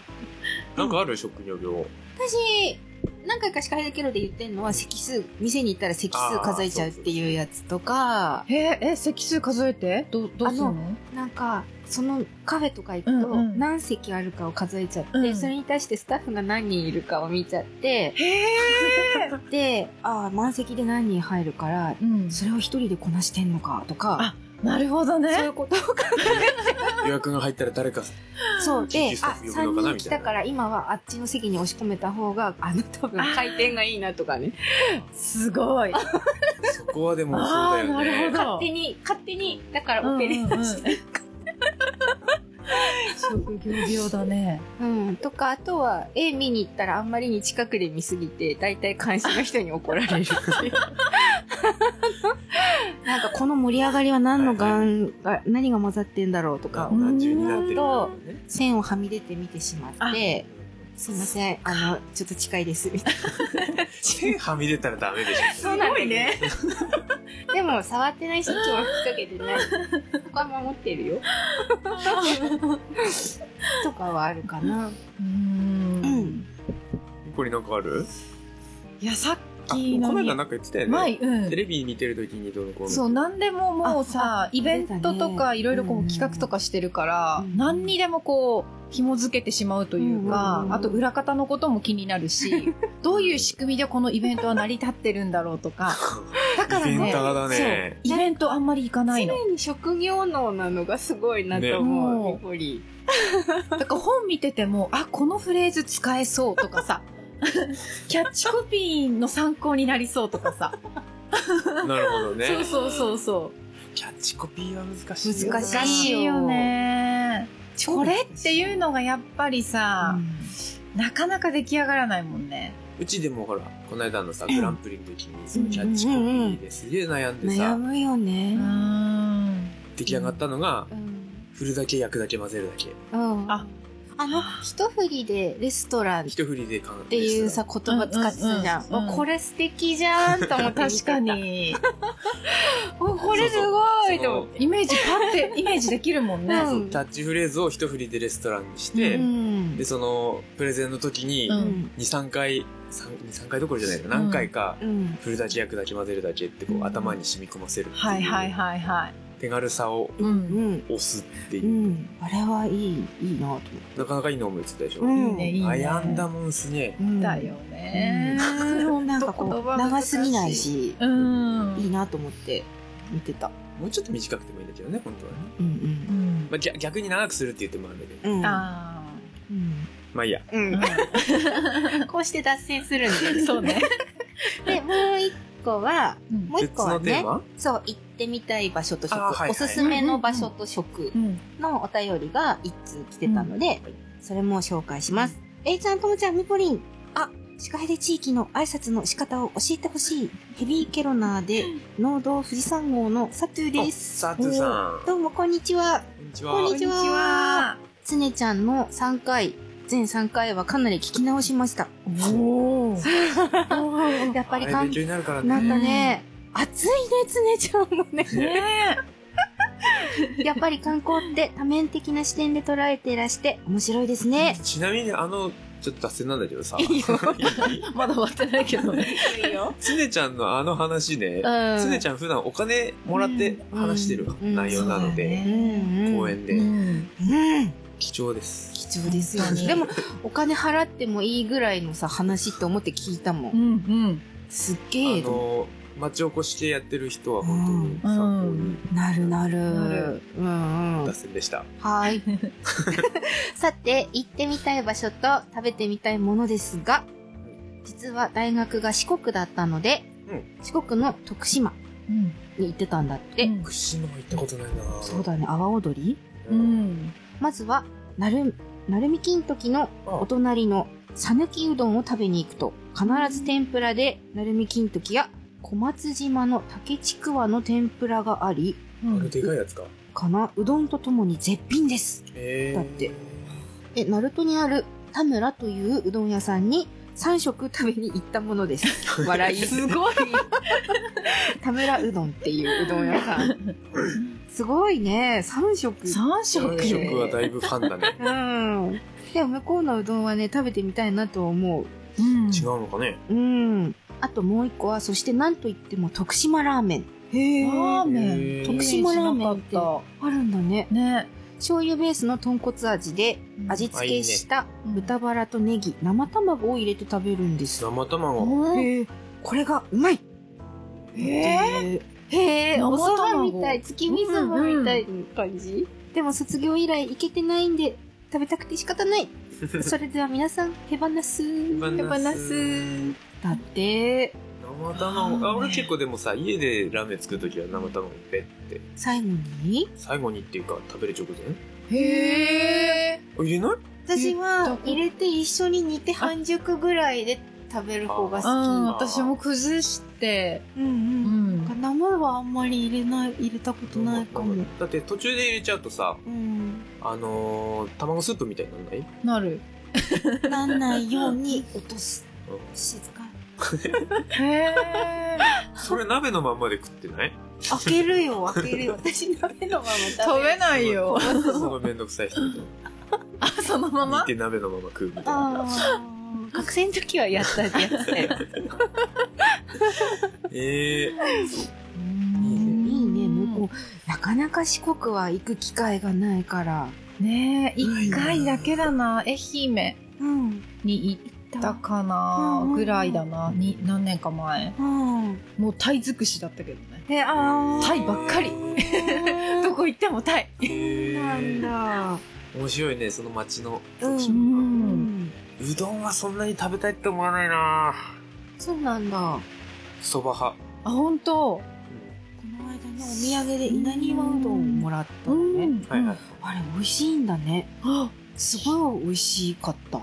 D: なんかある職業病。
F: 私何回か司会できるで言ってんのは席数店に行ったら席数数えちゃうっていうやつとか
E: へえ、え、席数数えてど、どうする
F: あ
E: の
F: なんかそのカフェとか行
E: う
F: くと
E: んうん
F: 何席あるかを数えちゃって、
E: うん
F: それに対してスタッフが何人いるかを見ちゃって、
E: *laughs*
F: でああ満席で何人入るから
E: うん。
F: それを一人でこなしてんのかとか
E: あなるほど
F: そうい
E: ね
F: う。
E: *laughs*
F: ことを考
D: 予約が入ったら誰か。
F: えそう
D: 緊急
F: で
D: スタッ
F: あ
D: フ呼
F: 3
D: ぶのかな
F: 人来たから今はあっちの席に押し込めた方があの多分
E: あー
F: 回転がいいなとかね
E: すごい。
D: そこはでもそう
E: あ
D: だ
E: あ、
D: よ
E: なる
D: ね
E: ほ。ど
F: 勝手。に勝手にだからオペレーターして、 *laughs*
E: 職業病だね。
F: うんとかあとは絵見に行ったらあんまりに近くで見すぎて大体監視の人に怒られるっていう *laughs* なんかこの盛り上がりは何のがんが何が混ざってんだろうとか
E: うん
D: 何重になってるんだろうね。
F: 線をはみ出て見てしまってすいませんあのちょっと近いですみたい
D: 線はみ出たらダメでしょ。
F: そうなんだよね。な *laughs* でも触ってないし息も吹きかけてない *laughs* そこは守ってる *laughs* よとかはあるかな
E: う。
F: うんん
D: これなんかある？
E: いや、さっ
D: あ、こ
E: きの
D: の
E: に
D: 間なんか言ってたよ
E: 前、
D: ね。
E: うん
D: テ。レビ見てる時にどうのこうの。
E: そう、何でももう
F: ああ
E: さ、イベントと
F: 出た
E: か
F: ね
E: いろいろこう企画とかしてるから
F: う、ん
E: 何にでもこう、紐付けてしまうというか、
F: うん
E: あと裏方のことも気にな
F: *laughs*
E: るしどういう仕組みでこのイベントは成り立ってるんだろうとかだからね
D: イベンターだね
E: そうイベントあんまり行かないの
F: *laughs* 常に職業能なのがすごいなと
E: ね
F: 思う、ミポリ
E: だから本見ててもあこのフレーズ使えそうと
F: *laughs*
E: かさキャッチコピーの参考になりそうとかさ、
D: なるほどね
E: そうそうそうそ
D: キャッチコピーは難しいよ
E: う
F: 難しい
E: よねこれっていうのがやっぱりさ、なかなか出来上がらないもんね
D: うちでもほらこの間のさグランプリの時にそのキャッチコピーですげえ悩んで
F: 悩
D: さ
F: むよね
E: うーん
D: 出来上がったのが
F: うん
D: 振るだけ焼くだけ混ぜるだけ
F: うん
E: あ
F: あの一振りでレストランっ
D: 一振りで完
F: ていうさ言葉使ってたじゃん,、
E: うんうんうん
F: わこれ素敵じゃんと思って見てた
E: 確
F: *laughs*
E: かに
F: わこれすごいと思って
E: イメージパってイメージできるもんね、
F: うん
D: タッチフレーズを一振りでレストランにして、
F: うん
D: でそのプレゼンの時に
E: うん
D: 23回23回どころじゃないか
E: うん
D: 何回か
F: うん
D: 振るだけ焼くだけ混ぜるだけってこ
F: う
D: うん頭に染み込ませるっていう
E: はいはいはいはい
D: 手軽さを
E: う、
F: うんん
D: 押すって
F: う
D: いうん
F: あれはいいいいなと思って
D: なかなかいいの思いついたでしょ
F: うん
E: いいねいいね
D: 悩んだもんすげえ
F: うん
E: だよね、
F: なんかこ
E: 言
F: う
E: 葉難
F: 長
E: しい
F: すぎないし、
E: うん
F: いいなと思って見てた。
D: もうちょっと短くてもいいんだけどね本当はね、
F: うん
E: うん
D: まあ、逆逆に長くするって言ってもあるんだけど
F: うん。うん。
E: あ
F: うん
D: まあいいや
F: うん。
E: あ、
F: こうして脱線するんで
E: そうね。
F: で、もう一個は、
E: うん
F: もう一個は
D: 別のテー
F: ね、
D: マ
F: そう、行ってみたい場所と食、
D: あーはいはい
F: おすすめの場所と食
E: うん、
F: のお便りが一通来てたので、
D: うん
F: それも紹介します。えいちゃん、ともちゃん、みぽりん。あ、司会で地域の挨拶の仕方を教えてほしい。ヘビーケロナーで、農道富士山号のサトゥです。
D: あサトゥさん
F: どうも、こんにちは。
D: こんにち
F: こ
D: は
F: んにちは。つねちゃんの3回、全3回はかなり聞き直しました。
E: おお。
F: やっぱり
D: あ
F: か
D: れ
F: ん
D: 勉強になるから
F: な
D: ね
F: んかね、暑いね、つねちゃんもね。
E: ね
F: やっぱり観光って多面的な視点で捉えていらして面白いで
D: *laughs*
F: すね。
D: ちなみにあのちょっと脱線なんだけどさ
F: いいよ
E: え、まだ終わってないけどね。
F: いいよ。
D: つねちゃんのあの話ね
F: うん
D: つねちゃん普段お金もらって話してる
F: うん
D: 内容なの
E: そうだ
D: で
E: よね
F: うん、うん。
D: 公演で
E: ん。
F: うん。
D: 貴重です
F: 貴重ですよね。でも、お金払ってもいいぐらいのさ、話って思って聞いたも
E: うん
F: ん。
E: うん。
F: すっ
D: あ
F: げえ。
D: の町おこし系やってる人は本当に参考に
F: なるなる。
E: なる
F: うんうん
D: 脱。線でした *laughs*
F: はい。さて、行ってみたい場所と食べてみたいものですが、実は大学が四国だったので、
D: うん
F: 四国の徳島
E: うん。
F: に行ってたんだって。
E: うん
D: 串の行ったことないな
F: そうだね、阿波踊り
E: うん。
F: まずは、なる、なるみきんときの
D: あ
F: お隣のさぬきうどんを食べに行くと、必ず天ぷらで、なるみきんときや小松島の竹ちくわの天ぷらがあり、
E: う
D: あ
E: ん
D: のでかいやつか
F: かな、うどんとともに絶品です。
D: えー
F: だってえ、鳴門にある田村といううどん屋さんに3食食べに行ったものです。 *laughs* 笑い。すごい。田村うどんっていううどん屋さん。 *laughs* すごいね。3食。
E: 三色
D: 三色はだいぶファンだね
F: うん。でも向こうのうどんはね、食べてみたいなと思う。
E: うん
D: 違うのかね
F: うん。あともう一個は、そしてなんといっても徳島ラーメン。へ
E: ラー
D: へ
E: メン。
D: ー
E: 徳島ラーメンって。
F: 知らなあるんだね。
E: ね。
F: 醤油ベースの豚骨味で、味付けした
E: うん
F: 豚バラとネギ、生卵を入れて食べるんです。
D: 生卵
E: うん。
F: へえ、これがうまい。えへえ、
E: 生
F: お蕎
E: 卵
F: 麦みたい、月見そばみたいな感じ、でも卒業以来行けてないんで、食べたくて仕方 *laughs* ない。それでは皆さん、手放す。
D: 手放す
F: だって、
D: 生卵あ俺結構でもさ家でラーメン作る時は生卵ペッて
F: 最後に
D: 最後にっていうか食べる直前
E: へえ。
D: あ入れない
F: 私は
E: え
F: 入れて一緒に煮て半熟ぐらいで食べる方が
E: う
F: 好
E: ん、
D: な
E: 私も崩して。
F: き。うん
E: う
F: うん。
E: ん。
F: 生はあんまり入れない、入れたことないかも。
D: だって途中で入れちゃうとさ
F: うん。
D: あのー、卵スープみたいになんない
E: なる。
F: なんないように落とす。静かに。
E: へえ。 *laughs*
D: それ鍋のまんまで食ってない
F: 開けるよ、開けるよ。私鍋のまま食
E: 飛
F: べる。
E: べないよ。
D: そのめんどくさい人み
F: *laughs*
D: たい
E: *laughs* あ、そのま
D: な
E: ま
D: 煮て鍋のまま食うみたいな
F: あー学生の時はやったやつだよ。
D: *laughs* えー、
F: いいね、向こう。なかなか四国は行く機会がないから、
E: ねえ1回だけだな愛媛
F: うん。
E: に行ったかな
F: うん
E: ぐらいだなに何年か前
F: うん。
E: もうタイ尽くしだったけどね
F: え、あ
E: タイばっかりどこ行ってもタイ
F: なんだ。
D: 面白いねその町の
F: うん
D: 特
F: う
D: 色
F: ん。
D: うどんはそんなに食べたいって思わないな
F: そうなんだ。こ
D: そば派
E: あ本当
F: の間のお土産で稲庭うどんをもらったのね。
E: うん
D: はいはい
F: あれ、美味しいんだね。すごい美味しかった。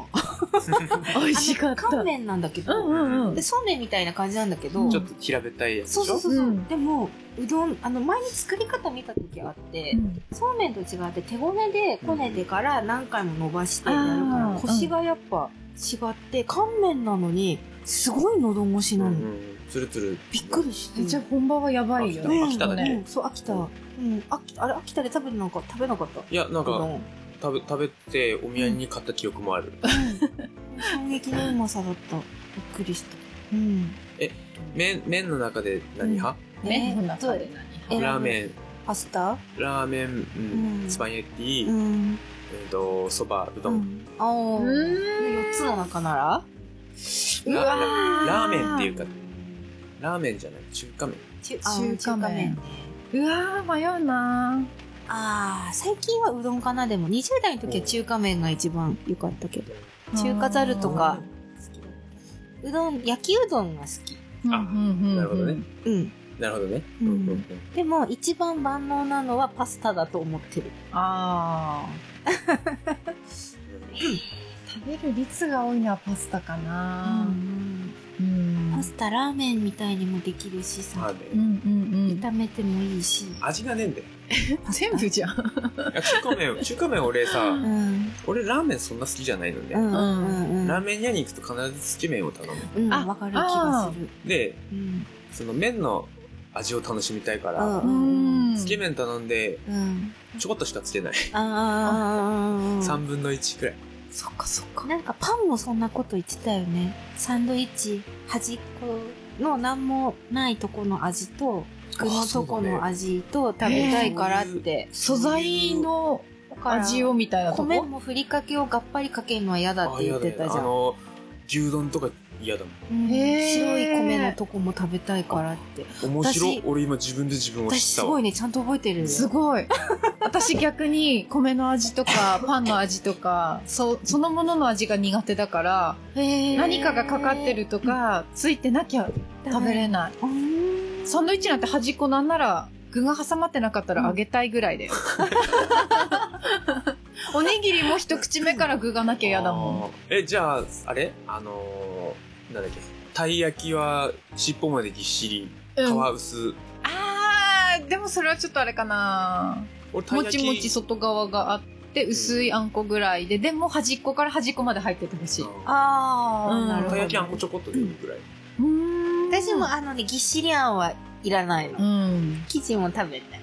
E: 美味しかった
F: あの乾麺なんだけ
E: うん
F: ど、
E: うんうん
F: で、そうめんみたいな感じなんだけ
D: *laughs*
F: ど、
D: ちょっと平べったいやつでし
F: そ
D: ょ
F: うそうそうそう、
E: うん
F: でもうどんあの前に作り方見た時あって、
E: うん
F: そうめんと違って手ごねでこねてから何回も伸ばしてやるから、
E: あー
F: 腰がやっぱ違って乾麺なのにすごい喉越しなの、
D: うんうんつるつる
F: びっくりして、
E: えじゃあ本場はやばいよね
D: 飽きた飽きただね
F: うんそう秋田、うん、秋あれ秋田で食べてなんか食べなかったう
D: いやなん
F: ど
D: か
F: ん
D: 食べ食べてお土産に買った記憶もある
F: 衝撃のうまさだったびっくりしたうん
D: 麺麺の中で何派
E: ね
F: ね
E: こんな感じ
F: え
D: ラーメン
F: パスタ
D: ラーメンうん
F: うん
D: スパゲッティ
F: う
D: え
F: ん
D: っとそばうど
F: うんんあお
E: うーん
F: 4つの中なら
E: うわー
D: ラーメンっていうかラーメンじゃない中華麺
F: 中
E: あ中華麺うわー迷うな
F: あー最近はうどんかなでも20代の時は中華麺が一番良かったけど中華ざるとかうどん焼きうどんが好き
E: うん
D: あ
E: うんうん
D: なるほどね
F: うん
D: なるほどね
F: うん
D: うんうん
F: でも一番万能なのはパスタだと思ってる
E: あー食べる率が多いのはパスタかなうん
F: パスタラーメンみたいにもできるし
D: ラ
F: さ
D: ー
E: う
D: メン
E: んうん
F: 炒めてもいいし
D: 味がねえんだよ
E: うん全部じゃん
D: いや中華
F: *laughs*
D: 麺中華麺俺
E: う
D: さ
F: うん
D: 俺ラーメンそんな好きじゃないのね
F: うんうんうん
D: ラーメン屋に行くと必ずつけ麺を頼む
F: うん
E: あ
F: わかる気がする
D: で
F: うん
D: その麺の味を楽しみたいから
F: うん
D: つけ麺頼んで
F: うん
D: ちょこっとしかつけない
F: ああ
D: 3分の1くらい
E: そっかそっか
F: なんかパンもそんなこと言ってたよね。サンドイッチ端っこの何もないとこの味と、具のとこの味と食べたいからって。
E: 素材の
F: だから
E: 味をみたいなとこ
F: 米もふりかけをがっぱりかけるのは嫌だって言ってた
D: あ
F: じゃん。
D: の牛丼とか嫌だも
F: うん
E: へー
F: 白い米のとこも食べたいからって。
D: ん面白
F: 私
D: い俺今自分で自分を知っ
F: 私す
D: た
F: ご
D: わ
F: いね、ちゃんと覚えてる。
E: すごい私逆に米の味と
F: *laughs*
E: かパンの味とかそそのものの味が苦手だから
F: へー
E: 何かがかかってるとかついてなきゃ食べれないう
F: ーん
E: サンドイッチなんて端っこなんなら具が挟まってなかったら揚げたいぐらい
F: *laughs*
E: だよおにぎりも一口目から具がなきゃ嫌だもん
D: あーえじゃああれあのーなんだっけたい焼きは尻尾までぎっしり
E: うん、
D: 皮薄、
E: あーでもそれはちょっとあれかな
D: 俺たい
E: も
D: 焼
E: ち
D: き
E: もち外側があって薄いあんこぐらいででも端っこから端っこまで入っててほしい
F: あ
E: う
F: ー、
E: ん
F: なる
D: た
F: ほ
D: い焼きあ
F: ど
D: ん。こちょこっとでいいぐらい、
F: 私もあのね、ぎっしりあんはいらないの。
E: うん
F: 生地も食べたい。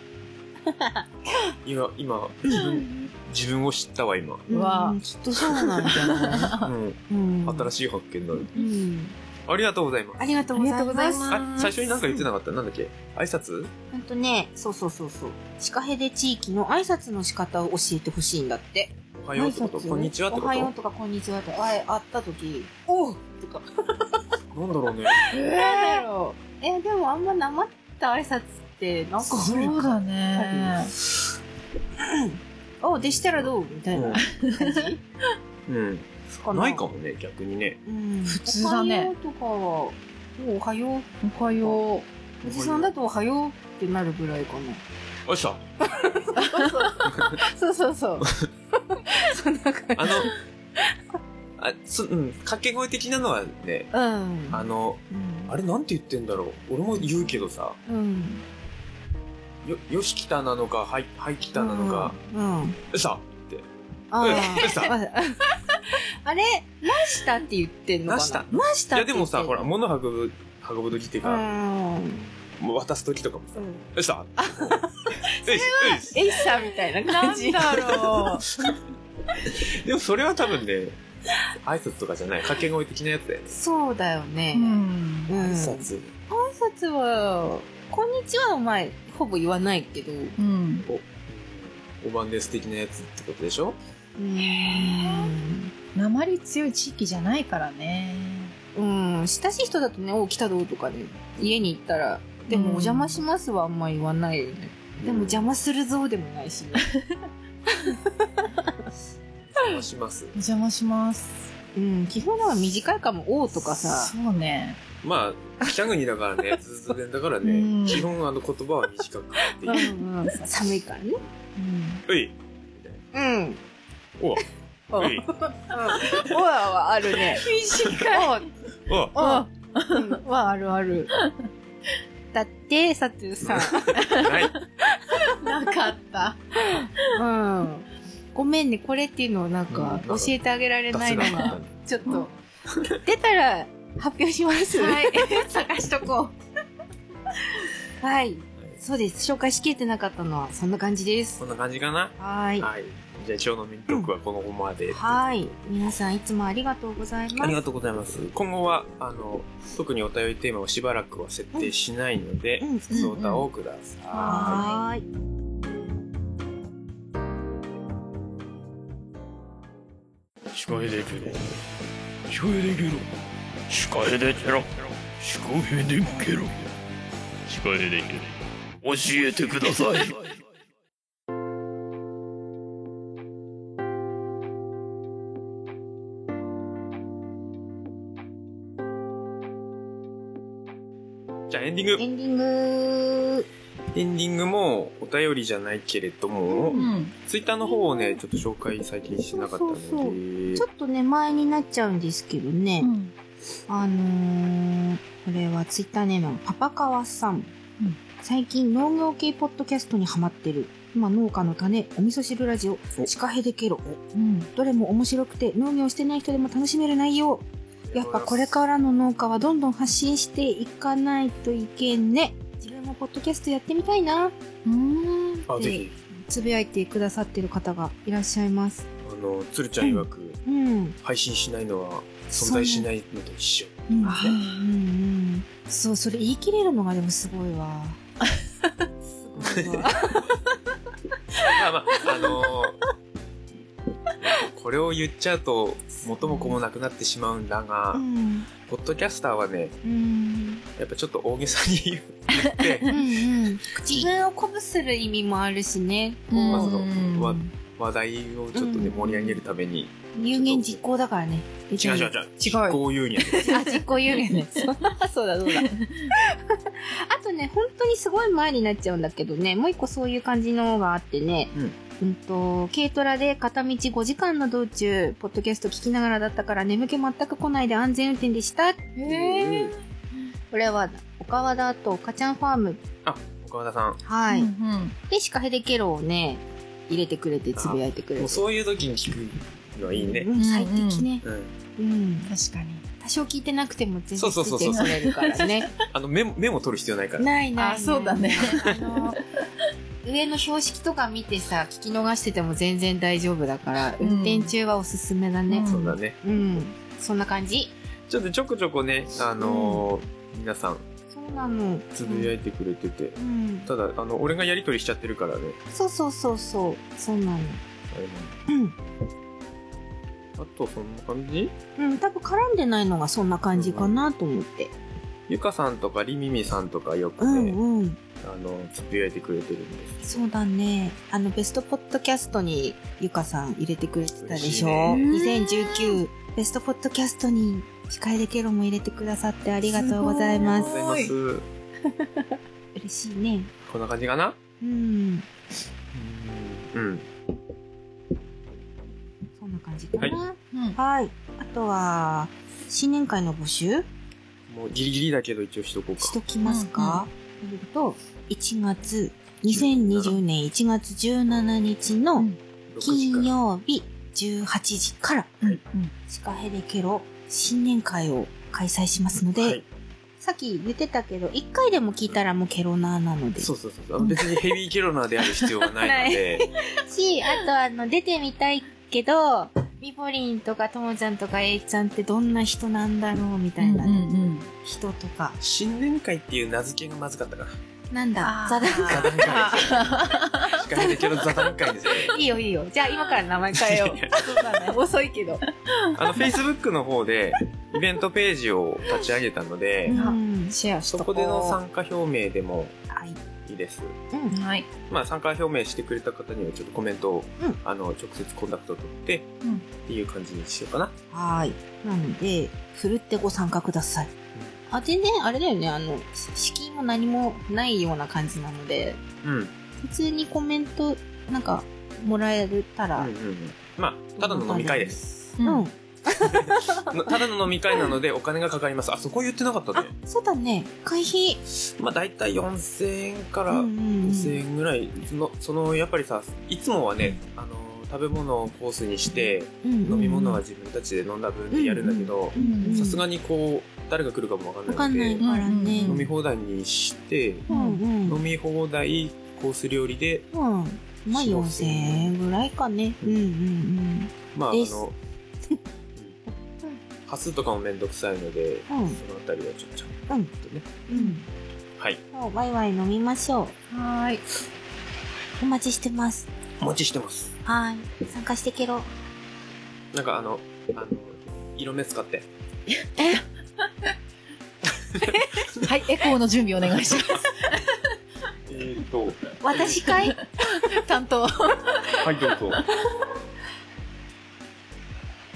D: 今今自分自分を知ったわ今、
E: うわ
F: うんきっとそうなんじゃない、
D: うん、
F: うん
D: 新しい発見だね
F: うん
D: ありがとうございます
F: ありがとうございます
A: ありがとうござい
D: あ最初になんか言ってなかったなんだっけ挨拶
F: ほんとねそうそうそうそうシカヘデ地域の挨拶の仕方を教えてほしいんだって
D: おはようってこと
F: 挨拶
D: こんにちはって
F: お
D: こ
F: は
D: と
F: よ
D: な
F: うん
D: だ
F: とかこんにちはとかあ会った時おうとか
D: ろうね
F: なんだろうえでもあんまなまった挨拶ってなんかある
E: そうだね
F: おでしたらどうみたいな感じ
D: うん、
F: か
D: ないかもね逆にね
F: うん
E: 普通だね
F: おはようとかはもうおはよう
E: おはよう
F: おじさんだとおはようってなるぐらいかな
D: よっしゃ
F: そうそうそう。そんな感
D: あのあそうん掛け声的なのはね
F: じ。うん。
D: あのあれなんて言ってんだろう俺も言うけどさ
F: うん。
D: よよしきたなのかはいはいきたなのか、
F: うん。うん。
D: よっしゃ
F: あ
D: よっしゃ
F: あ。 *laughs* あれ、ましたって言ってんのかな。
D: なした
F: ました
D: い
F: っ
D: やで
F: て言
D: も
F: って
D: さ
F: んの
D: ほら物運ぶ運ぶ時っていう
F: う
D: か、
F: ん。
D: もう渡す時とかもさ「よっしゃ!よし」よし
F: エイサーみたいな
E: な
F: 感
E: ん
F: じ。
E: だろう。
D: でもそれは多分ね挨拶とかじゃない掛け声的なやつだよね
F: そうだよね。う
E: ん。
F: ん
D: 挨
F: 挨
D: 拶
F: 拶は、こんにちはの前、ほぼ言わないけど、
E: うん。
D: おおばんです的なやつってことでしょ
E: 鉛強い地域じゃないからね
F: うん、親しい人だとね、おう、来たどうとかね、家に行ったら、でもお邪魔しますはあんま言わないよね。でも邪魔するぞでもないしね。
D: 邪魔します
E: お邪魔します
F: うん、基本は短いかも、おうとかさ、
E: そうね
D: まあ北国だから
F: *laughs*
D: ねずず伝だから
E: うん
D: ね基本あの言葉は短くっていう
F: うんうん、寒いからね。
D: 「うい
F: うん。
D: おう
F: おう
D: うい
F: おわはあるね。短い。
D: おう
E: おはあるある
F: だって、さてさん、
D: ない
E: なかった
F: うん。ごめんね、これっていうのをなんか
D: うん
F: 教えてあげられ
D: 出
F: な
D: せ
F: いの
D: なかった
F: が、
D: ね
F: ちょっと、出たら発表します。はい。
E: 探しとこ
F: はい。そうです。紹介しきれてなかったのは、そんな感じです
D: こ。んな感じかな
F: はい。
D: はいじゃあ今日のミントークはこのままで
F: はい。皆さん、いつもありがとうござい
D: あ
F: ま
D: り
F: す。
D: がとうございます今後はあの特にお便りテーマをしばらくは設定しないので
F: うん、
D: 普通歌をください
F: はーい。
G: 司会できろ司会できろ司会できろ司会できろ司会できろ教えてください
D: じゃあエンディング
F: エンディング
D: エンディングもお便りじゃないけれども、
E: う、うん、
D: ツイッターの方をね、ちょっと紹介最近しなかったので、
F: そうそうちょっとね、前になっちゃうんですけどね。
E: うん
F: あのー、これはツイッターネームのパパカワさん。
E: うん
F: 最近農業系ポッドキャストにハマってる。今農家の種、お味噌汁ラジオ、シカヘデケロ。
E: うん、
F: どれも面白くて農業してない人でも楽しめる内容。やっぱこれからの農家はどんどん発信していかないといけんね。自分もポッドキャストやってみたいな。
E: うん
D: あ、ぜひ、
F: つぶやいてくださってる方がいらっしゃいます。
D: あの、つるちゃん曰く、
F: うん。
D: 配信しないのは存在しないのと一
F: *laughs*
D: 緒。
F: うん
E: あ
F: うんうんそう、それ言い切れるのがでもすごいわ。 *laughs* すごいわ。
D: まあまあ、あのーこれを言っちゃうと、元も子もなくなってしまうんだが、
F: うん。
D: ポッドキャスターはね、
F: うん。
D: やっぱちょっと大げさに言う言って、
F: *laughs* うん。自分を鼓舞する意味もあるしね。こう
D: まあその
E: うん
D: わ話題をちょっとね、
F: うん
D: 盛り上げるために、
F: 有言実行だからね。
D: 違う違う違う、こういうにはね、
F: *laughs* あ、実行有 *laughs* 言ね。そうだ、そうだ。 *laughs* あとね、本当にすごい前になっちゃうんだけどね、もう一個そういう感じのがあってね、うん、と、軽トラで片道5時間の道中、ポッドキャスト聞きながらだったから眠気全く来ないで安全運転でした。
E: へえ
F: これは、岡和田と岡ちゃんファーム。
D: 岡田さん、
F: は
E: はい
F: い。
E: うん
F: で、シカヘデケロをね、入れてくれて、つぶやいてくれ
D: もう
F: て。
D: そういう時に聞くのはいいね。
F: うん、最適ね。
D: うん
F: うん。
E: 確かに
F: 多少聞いてなくても全然
D: そうそうそうそう
F: 聞いてくれるからね。
D: *laughs* あの、メモ、メモ取る必要ないから。
F: ないないない
E: あそうだね
F: あの上の標識とか見てさ聞き逃してても全然大丈夫だから、
E: うん
F: 運転中はおすすめだね
D: そうだね。
F: うん、そんな感じ
D: ちょっとちょこちょこね、あのー皆さん、
F: そうなの
D: つぶやいてくれてて、
F: うん
D: ただ、あの、俺がやりとりしちゃってるからね。
F: そうそうそうそうそうなの
D: あれも
F: うん
D: あと、そんな感じ
F: うん、多分絡んでないのがそんな感じかなと思って。
D: ゆかさんとかりみみさんとかよく
F: う
D: ね、
F: んうん。
D: あの、つぶやいてくれてるんです。
F: そうだね。あの、ベストポッドキャストにゆかさん入れてくれてたでしょ。
E: 嬉しいね
F: 2019ベストポッドキャストに司会でケロも入れてくださってありがとうございますす
E: ごい。
D: ありがとうございます。
F: 嬉しいね。
D: こんな感じかな
F: うん。
D: うん。
F: そんな感じかな。
E: うん
F: はい。あとは、新年会の募集
D: もうギリギリだけど一応しとこう
F: し
D: か。
F: ときますか、というと、1月、2020年1月17日の
D: 6時か
F: 金
D: ら。
F: 曜日18時から、
D: はい
F: シカヘデケロ新年会を開催しますので、
D: はい。
F: さっき言ってたけど、1回でも聞いたらもうケロナーなので。
D: そうそうそう。あの別にヘビーケロナーである必要はないので、
F: し、あとあの、出てみたいけど、ミポリンとかともちゃんとかえいちゃんってどんな人なんだろうみたいなね、
E: うんうんうん
F: 人とか。
D: 新年会っていう名付けがまずかったから。
A: なんだ
F: 座談会
E: あ
D: 司会できる座談会ですよ。
F: いいよいいよじゃあ今から名前変えようそうだね遅いけど
D: あの、Facebook の方で、イベントページを立ち上げたの
F: *laughs*
D: で、
F: うん
H: シェアし
D: そ
H: とこ
D: こ
H: う
D: での参加表明でも
F: はい
D: いいです。
F: うん
H: はい
D: まあ、参加表明してくれた方にはちょっとコメントを、
F: うん
D: あの、直接コンタクト取って、
H: うん
D: っていう感じにしようかな。
F: はーいなのでふるってご参加くださいあ全然あれだよねあの資金も何もないような感じなので
D: うん。うん
F: 普通にコメントなんかもらえた
D: うんう
F: ら、
D: ん。まあ、ただの飲み会です。
F: うん、
H: うん
D: のただの飲み会なのでお金がかかります。あ、そこ言ってなかった
F: あ
D: ね。
F: そうだね会費
D: まあ、だいたい4000円から
F: うんうんうん
D: 5000円ぐらい。その、その、やっぱりさ、いつもはね、あの、食べ物をコースにして、飲み物は自分たちで飲んだ分でやるんだけど、
H: うん
D: さすがにこう、誰が来るかもわ
F: 分
D: か
F: か
D: ん
F: ん
D: な
F: ないい
D: ので、
F: からね
D: 飲み放題にして、
F: うんうん
D: 飲み放題、コース料理で、
F: うんまあ
D: そう
F: 4000円ぐらいかねうんうんうん
D: まあ、あ
F: です
D: の、端数とかもめんどくさいので、そのあたりはちょっとちゃんとね。
F: うん
D: はい。
F: そうワイワイ飲みましょう
H: はーい
F: お待ちしてます
D: お待ちしてます。
F: はーい参加してけろ
D: なんかあの、あの、色目使って。
H: はいエコーの準備お願いしま
D: えー、っと、
F: 私かい
H: す担当
D: はい、どうぞ。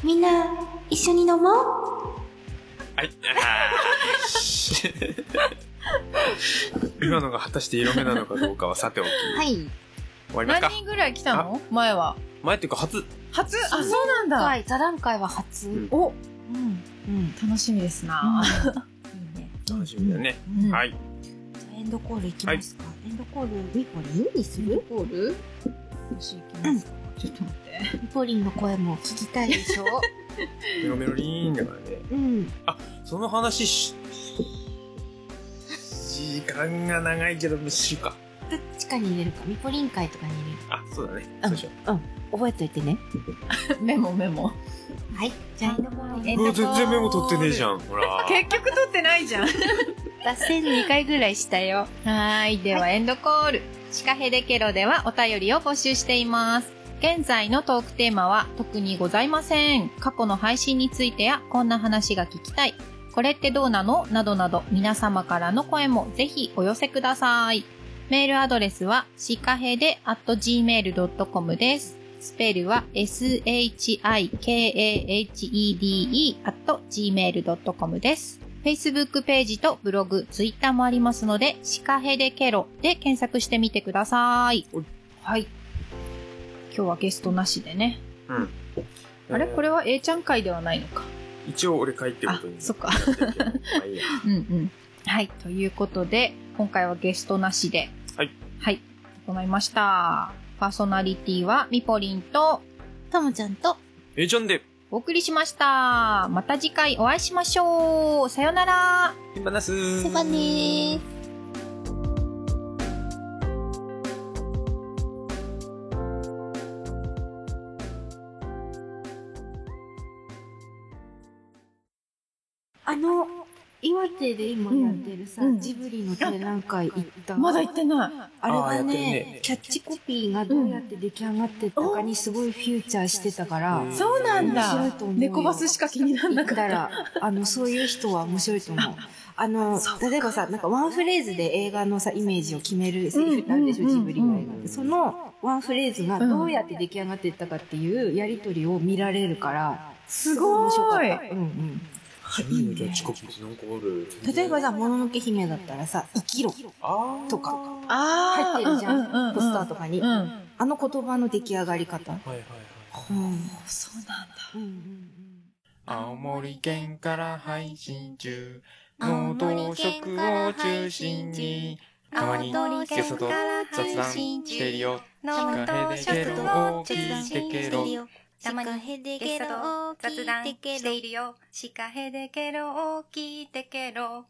A: みんな、一緒に飲もう
D: はい、 *laughs* 今のが果たして色目なのかどうかはさておき。
F: はい
D: 終わりますか
H: 何人ぐらい来たの前は
D: 前っていうか初。
H: 初あそうなんだ
F: はい座談会は初
D: うん
H: お
F: うんうん
H: 楽しみですな、
F: いいね
D: 楽しみだね。
H: うん
D: はい。
F: じゃあエンドコールいきますかエンドコールミポリンにする
H: ゴール私行きますか、ちょっと待って
F: ミポリンの声も聞きたいでしょ
D: メロメロリーンだからね。
F: うん
D: その話し、時間が長いけど、しようか。
F: どっちかに入れるかミポリン会とかに入れる
D: あ、そうだね。そうしよ
F: 覚えといてね
H: メモメモ
F: はいじゃあエンドコール
D: う。うわ、全然メモ取ってねえじゃん。ほら。
H: 結局取ってないじゃんは
F: 脱線2回ぐらいしたよ
E: ーいではエンドコール「シカヘデケロ」ではお便りを募集しています現在のトークテーマは特にございません過去の配信についてやこんな話が聞きたいこれってどうなのなどなど皆様からの声もぜひお寄せくださいメールアドレスはシカヘデ gmail.com ですスペルは shikahede gmail.com です。Facebook ページとブログ、Twitter もありますので、シカヘデケロで検索してみてください
D: おい。
E: はい。今日はゲストなしでね。
D: うん。
E: あれこ
D: れ
E: れは A ちゃん会ではないのか。
D: 一応俺書いてることに。
E: あそっか *laughs*
D: まあいいや。
E: うんうん。はい。ということで、今回はゲストなしで。
D: はい。
E: はい。行いました。パーソナリティはミポリンと
F: ともちゃんと
D: えー、ちゃんで、
E: お送りしました。また次回お会いしましょう。さよなら。
D: 手放す。
F: セバねーあの岩手で今やってるさ、
H: うんうん
F: ジブリの展覧会行った
H: まだ行ってない
F: あれ
D: あーやっ
F: が
D: て
F: ね
D: るね
F: キャッチコピーがどうやって出来上がってったかにすごいフューチャーしてたから、
D: うん
H: そうなん
F: 面白
H: だ
F: いと思うよ
H: 猫バスしか気になら
F: 行
H: な
F: っ
H: かった
F: たらあのそういう人は面白いと
H: *laughs*
F: 思う。あの例えばさなんかワンフレーズで映画のさイメージを決めるセリフってあるでしょ、
H: うんうん
F: ジブリの映画っ
D: うん
F: てそのワンフレーズが
H: うん
F: どうやって出来上がっていったかっていうやり取りを見られるから
H: す
F: 面白か
H: ご
F: っ
H: い
F: た、うんうん、
D: ジブリのキャッチコピーってなんかある。
F: 例えばさ「もののけ姫」だったらさ「生きろ
D: あ」ー
F: と。か
H: あ
F: 入ってるじゃん,、
H: うううう
F: ポスターとかに、
H: うん
F: あの言葉の出来上がり方、
D: はいはいはい。
F: うん
H: そうなんだ
F: うんうんうん
B: 青森県から配信中。
A: 青
B: 脳
A: 森
B: 動
A: 県
B: 食
A: から
B: を
A: 配
B: 中
A: 信
B: 心
A: 中
B: に、たまにゲストと雑談してるよ。
A: ノートショットを中心にしてるよ。
I: たまにゲ
A: ゲ
I: ス
A: ス
I: ト
A: ト
I: 雑談して
A: る。
I: いるよ。シカヘデケロを聞いてケロ。